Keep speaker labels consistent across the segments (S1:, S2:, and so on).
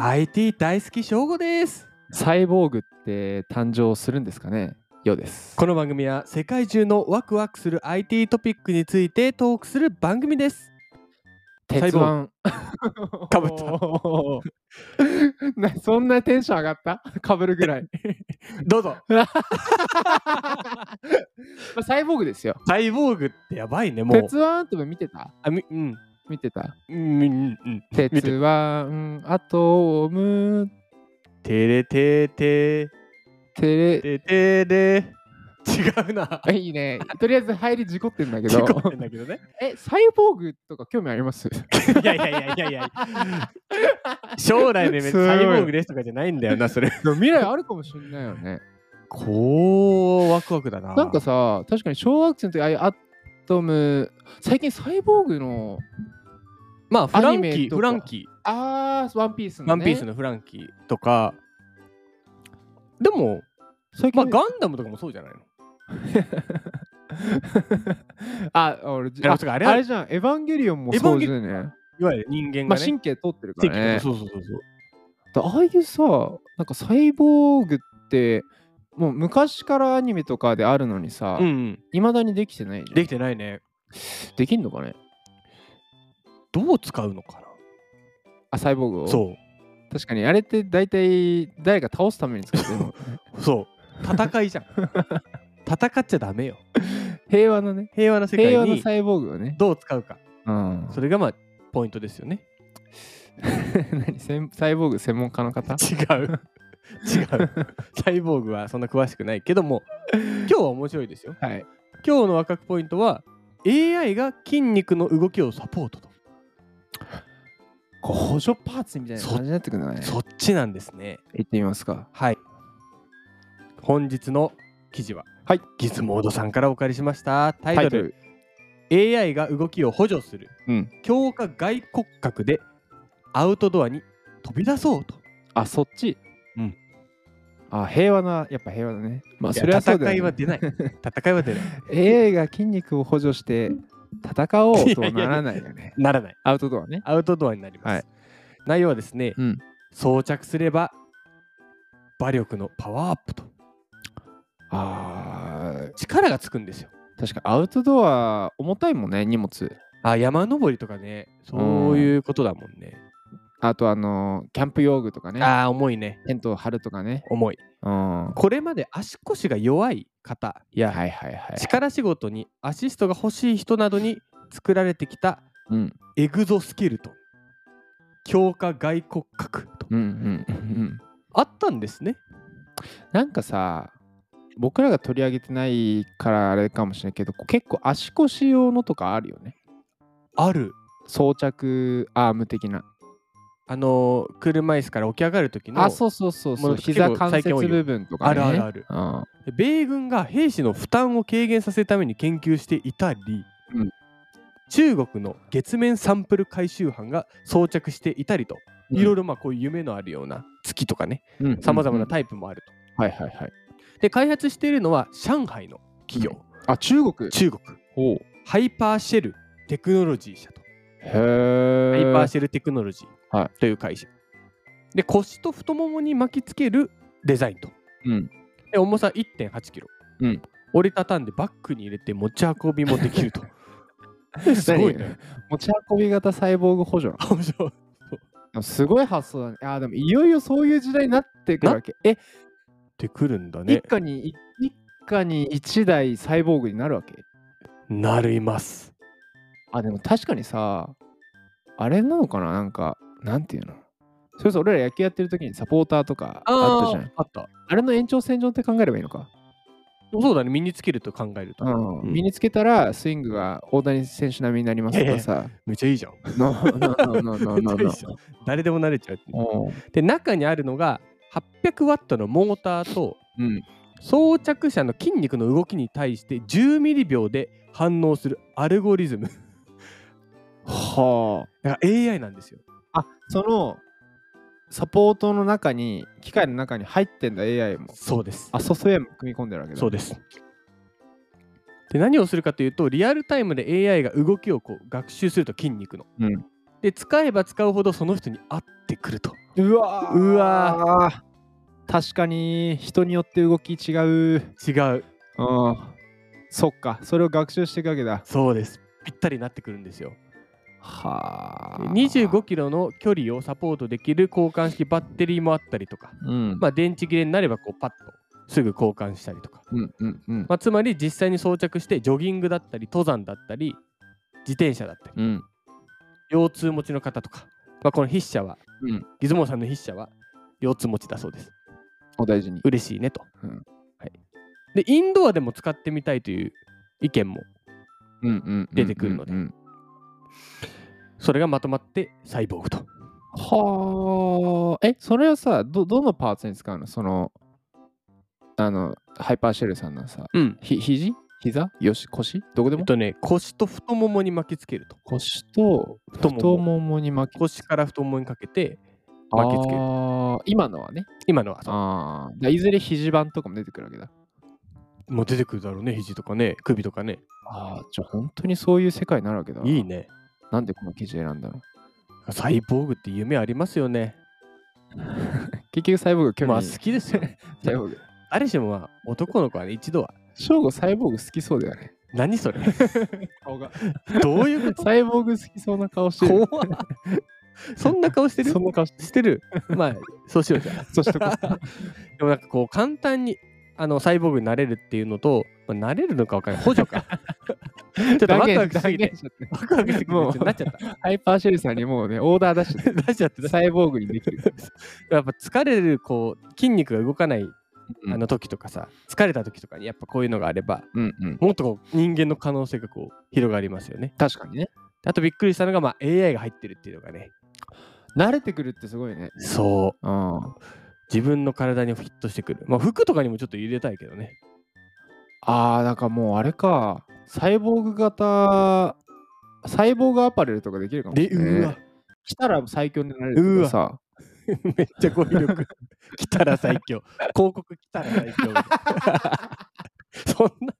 S1: IT 大好き翔吾です
S2: サイボーグって誕生するんですかねようです
S1: この番組は世界中のワクワクする IT トピックについてトークする番組ですサイ
S2: 鉄
S1: ボ
S2: 腕
S1: かぶっ
S2: おー なそんなテンション上がった かぶるぐらい
S1: どうぞ
S2: まあサイボーグですよ
S1: サイボーグってやばいねもう
S2: 鉄腕アントム見てた
S1: あみうん
S2: 見てた
S1: うんうんうん
S2: 鉄
S1: て
S2: 腕アトム
S1: てれてて
S2: テレ
S1: ててれ違うな
S2: あいいねとりあえず入り事故ってんだけ
S1: 事
S2: ど
S1: 故ってんだけどね
S2: えサイボーグとか興味あります
S1: いやいやいやいやいや将来の夢
S2: すごい
S1: サイボーグですとかじゃないんだよなそれ
S2: でも未来あるかもしれないよね
S1: こうワクワクだな
S2: なんかさ、確かに小学生の時、ああいうアトム、最近サイボーグの、
S1: まあフランキ
S2: アニメ
S1: ー
S2: とか
S1: フランキー
S2: あー、ワンピースの、ね。
S1: ワンピースのフランキーとか、でも、
S2: 最
S1: まあ、
S2: 近、
S1: ガンダムとかもそうじゃないの
S2: あ、俺じ
S1: いや
S2: あ
S1: てかあ
S2: あ
S1: れ
S2: れ
S1: は
S2: じゃん、エヴァンゲリオンも
S1: エヴァ
S2: そ
S1: ン
S2: う
S1: ゲ
S2: で
S1: リ
S2: すよね。
S1: いわゆる人間
S2: ま
S1: がね。
S2: あ、神経通ってるからね。
S1: そうそうそうそう。
S2: だああいうさ、なんかサイボーグって、もう昔からアニメとかであるのにさ、
S1: うん
S2: い、
S1: うん、
S2: ま、だにできてないじゃん。
S1: できてないね。
S2: できんのかね
S1: どう使うのか
S2: あ、サイボーグを。。
S1: なそう
S2: 確かに、あれって大体誰か倒すために使ってる もん。
S1: う、そう。戦 いじゃん。戦っちゃダメよ。
S2: 平和なね。
S1: 平和な世
S2: 平
S1: 界
S2: 和な
S1: に
S2: サイボーグをね。
S1: どう使うか。
S2: うん
S1: それがまあ、ポイントですよね。
S2: 何専サイボーグ専門家の方
S1: 違う。違 う。サイボーグはそんな詳しくないけども、今日は面白いですよ。
S2: はい。
S1: 今日のワクワクポイントは、AI が筋肉の動きをサポートと。
S2: こう補助パーツみたいな
S1: そ
S2: 感じになってくるんだね。
S1: そっちなんですね。
S2: 行ってみますか。
S1: はい。本日の記事は、
S2: はい、
S1: ギズモードさんからお借りしました。タイト
S2: タ
S1: ル
S2: イトル。
S1: AI が動きを補助する
S2: うん。
S1: 強化外骨格でアウトドアに飛び出そうと。
S2: あ、そっち。
S1: うん。
S2: あ、平和な、やっぱ平和だね。まあ、
S1: いや
S2: それはそうだ
S1: 戦いは
S2: よ、ね。
S1: 出ない。 戦いは出ない。
S2: AI が筋肉を補助して戦おうとはならないよね。
S1: ならない。
S2: アウトドアね。
S1: アウトドアになります。
S2: はい
S1: 内容はですね、
S2: うん。
S1: 装着すれば馬力のパワーアップと
S2: あー
S1: 力がつくんですよ。
S2: 確かアウトドア重たいもんね、荷物。
S1: あ山登りとかね、そういうことだもんね。
S2: あと、あのーキャンプ用具とかね。
S1: ああ、重いね。
S2: テントを張るとかね。
S1: 重い。
S2: うん。
S1: これまで足腰が弱い方
S2: いや、はいはいはい。
S1: 力仕事にアシストが欲しい人などに作られてきた
S2: うん。
S1: エグゾスキルトン強化外骨格と
S2: うんうんうん。
S1: あったんですね
S2: なんかさ僕らが取り上げてないからあれかもしれないけどこう結構足腰用のとかあるよね
S1: ある
S2: 装着アーム的な
S1: あのー車椅子から起き上がる時の
S2: あそうそうそう
S1: も
S2: そうう
S1: 結構
S2: 膝関
S1: 最
S2: 節
S1: 近多いよ
S2: 部分とか、ね、
S1: あるある
S2: あ
S1: 米軍が兵士の負担を軽減させるために研究していたり、
S2: うん
S1: 中国の月面サンプル回収班が装着していたりと、
S2: うん
S1: いろいろまあこういう夢のあるような月とかね
S2: る
S1: さまざまな
S2: タ
S1: タイプもあると。
S2: イプはいはいはい
S1: で開発しているのは上海の企業、
S2: あ中国
S1: 中国
S2: ほう
S1: ハイパーシェルテクノロジー社と、
S2: へ
S1: ハイパー
S2: ー
S1: シェルテクノロジ
S2: は
S1: ーという会社、で腰と太ももに巻きつけるデザインと、
S2: うん
S1: で重さ1 8キロ、
S2: うん
S1: 折りたたんでバッグに入れて持ち運びもできるとすごいね
S2: 持ち運び型サイボーグ補助な の
S1: 面白い
S2: でもすごい発想だねあーでもいよいよそういう時代になってくるわけえ
S1: ってくるんだ
S2: 一
S1: ね
S2: 家に一家に一台サイボーグになるわけ
S1: なります
S2: あ、でも確かにさ、あれなのかななんか、なんていうのそれこそ俺ら野球やってる時にサポーターとかあったじゃん。あ
S1: あった
S2: れの延長線上って考えればいいのか。
S1: そうだね身につけると考えると、
S2: うん。
S1: ん
S2: 身につけたらスイングが大谷選手並みになりますとかさ。
S1: めっちゃいいじゃん
S2: ノーノーノーノーノー
S1: めっちゃいい
S2: ノ
S1: じゃん誰でも慣れちゃうっていう
S2: ー
S1: で中にあるのが800ワットのモーターと
S2: うん。
S1: 装着者の筋肉の動きに対して10ミリ秒で反応するアルゴリズム
S2: は
S1: だから AI なんですよ
S2: あ。あ、そのサポートの中に、機械の中に入ってんだ AI も。
S1: そうです
S2: あ、ソフトウェアも組み込んでるわけだ。
S1: そうですで何をするかというとリアルタイムで AI が動きをこう学習すると筋肉の、
S2: うん
S1: で使えば使うほどその人に合ってくると
S2: うわ
S1: う
S2: う
S1: わ
S2: わ確かに人によって動き違う
S1: 違う
S2: うんそっかそれを学習していくわけだ
S1: そうですぴったりになってくるんですよ
S2: はあ
S1: 2 5キロの距離をサポートできる交換式バッテリーもあったりとか、
S2: うん、
S1: まあ、電池切れになればこうパッとすぐ交換したりとか、
S2: うんうんうん
S1: まあ、つまり実際に装着してジョギングだったり登山だったり自転車だったり
S2: うん
S1: 腰痛持ちの方とか、まあ、この筆者は、
S2: うん
S1: ギズモさんの筆者は腰痛持ちだそうです
S2: お大事に
S1: 嬉しいねと、
S2: うん
S1: はい、でインドアでも使ってみたいという意見も
S2: うんうん
S1: 出てくるので
S2: うんうん
S1: それがまとまってサイボーグと
S2: はあえそれはさどどのパーツに使うのそのあのハイパーシェルさんのさ
S1: うん
S2: ひ肘膝よし腰どこで
S1: え
S2: も、
S1: っとね腰と太ももに巻きつけると
S2: 腰と
S1: 太もも
S2: 太ももに巻き
S1: 腰から太ももにかけて巻きつける
S2: あー今のはね
S1: 今のはそう
S2: ああだいずれ肘盤とかも出てくるわけだ
S1: もう出てくるだろうね肘とかね首とかね
S2: ああじゃあ本当にそういう世界になるわけだ
S1: いいね
S2: なんでこの記事選んだの
S1: サイボーグって夢ありますよね
S2: 結局サイボーグ興味
S1: まあ好きですよね
S2: サイボーグ
S1: 誰しもは男の子はね一度は
S2: 翔吾サイボーグ好きそうだよね
S1: 何 それ
S2: 顔が
S1: どういうこ
S2: サイボーグ好きそうな顔して
S1: と
S2: る
S1: 怖っ そんな顔してる
S2: そんな顔して
S1: してるまあそうしようじゃあ
S2: るそしとこう
S1: でもなんかこう簡単にあのサイボーグになれるっていうのと、まあ、なれるのかわかんない補助 かちょっとワ
S2: 断
S1: クワクし
S2: 言断
S1: すぎて
S2: 言しちゃって
S1: ワクワクしすぎて
S2: もう
S1: ちょっとなっちゃった
S2: ハイパーシェルさんにもうねオーダー出しちゃっ
S1: 出しちゃって
S2: て
S1: 出しちゃ
S2: サイボーグにできる
S1: ったやっぱ疲れるこう筋肉が動かない
S2: うん
S1: あの時とかさ、疲れた時とかにやっぱこういうのがあれば
S2: うんうん
S1: もっとこう人間の可能性がこう広がりますよね
S2: 確かにね
S1: あとびっくりしたのが、まあ、AI が入ってるっていうのがね
S2: 慣れてくるってすごいね
S1: そう
S2: あ
S1: 自分の体にフィットしてくるまあ服とかにもちょっと入れたいけどね
S2: あーなんかもうあれかサイボーグ型サイボーグアパレルとかできるかもし
S1: で
S2: れないう
S1: わ
S2: したら最強になれるけどさ
S1: めっちゃ語彙力。 来たら最強。広告来たら最強み たいな。そんな、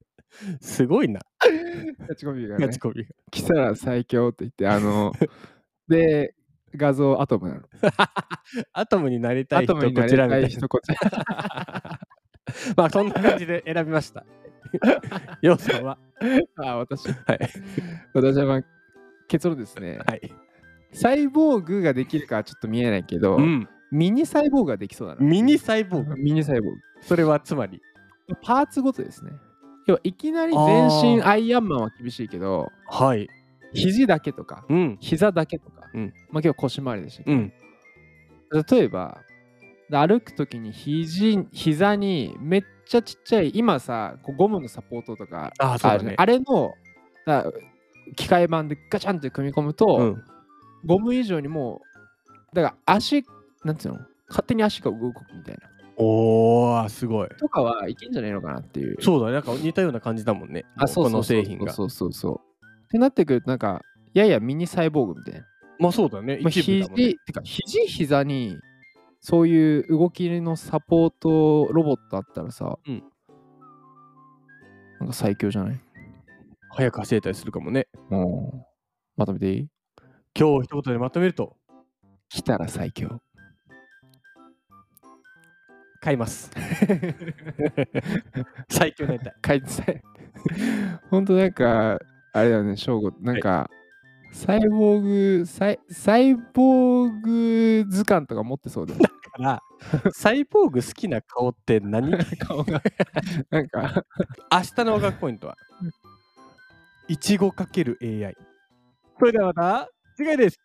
S1: すごいな、
S2: キャッチコピーが
S1: ガ
S2: ね
S1: チコミが。
S2: 来たら最強って言って あので画像アトムなの
S1: アトムになりた
S2: ア
S1: い人
S2: トムに
S1: こ
S2: な
S1: ち
S2: り
S1: らみ
S2: た
S1: た
S2: い
S1: いな。
S2: 人こちら
S1: まあそんな感じで選びま した。ようさんは。
S2: あ私
S1: はい。
S2: 私はまあ結論です ね
S1: はい。
S2: サイボーグができるかはちょっと見えないけど、
S1: うん。
S2: ミニサイボーグができそうだな
S1: ミニ細胞が。
S2: ミニサイボーグ
S1: それはつまり。
S2: パーツごとですね要はいきなり全身アイアンマンは厳しいけど
S1: はい。
S2: 肘だけとか
S1: うん。
S2: 膝だけとか、
S1: うん
S2: まあ今日腰回りでしたけ
S1: う
S2: ど、
S1: ん。
S2: 例えば歩くときに肘膝にめっちゃちっちゃい今さこうゴムのサポートとか
S1: ああ、そうだ
S2: あるじゃん
S1: ね。
S2: あれのだ機械版でガチャンって組み込むと、
S1: うん。
S2: ゴム以上にもうだから足なんていうの勝手に足が動くみたいな
S1: おー、すごい。
S2: とかはいけんじゃないのかなっていう
S1: そうだね。なんか似たような感じだもんね。
S2: あそう
S1: こ
S2: そ
S1: の
S2: うそう
S1: 製品が。
S2: そうそうそうってなってくるとなんかややミニサイボーグみたいな、
S1: まあそうだね。
S2: まあ、
S1: 一部
S2: 肘
S1: だもんね。
S2: てか肘膝にそういう動きのサポートロボットあったらさ、
S1: うん
S2: なんか最強じゃない
S1: 早く走れたりするかもね。
S2: うんまとめていい
S1: 今日一言でまとめると、
S2: 来たら最強
S1: 買い ます。最強になりたい。
S2: 解 説ほんとなんかあれだよね翔吾なんか、サイボーグサイサイボーグ図鑑とか持ってそうだよね
S1: から、サイボーグ好きな顔って 何明
S2: 顔がなんか
S1: 日の音楽ポイント は、いちご ×AI。それではまた、次回です。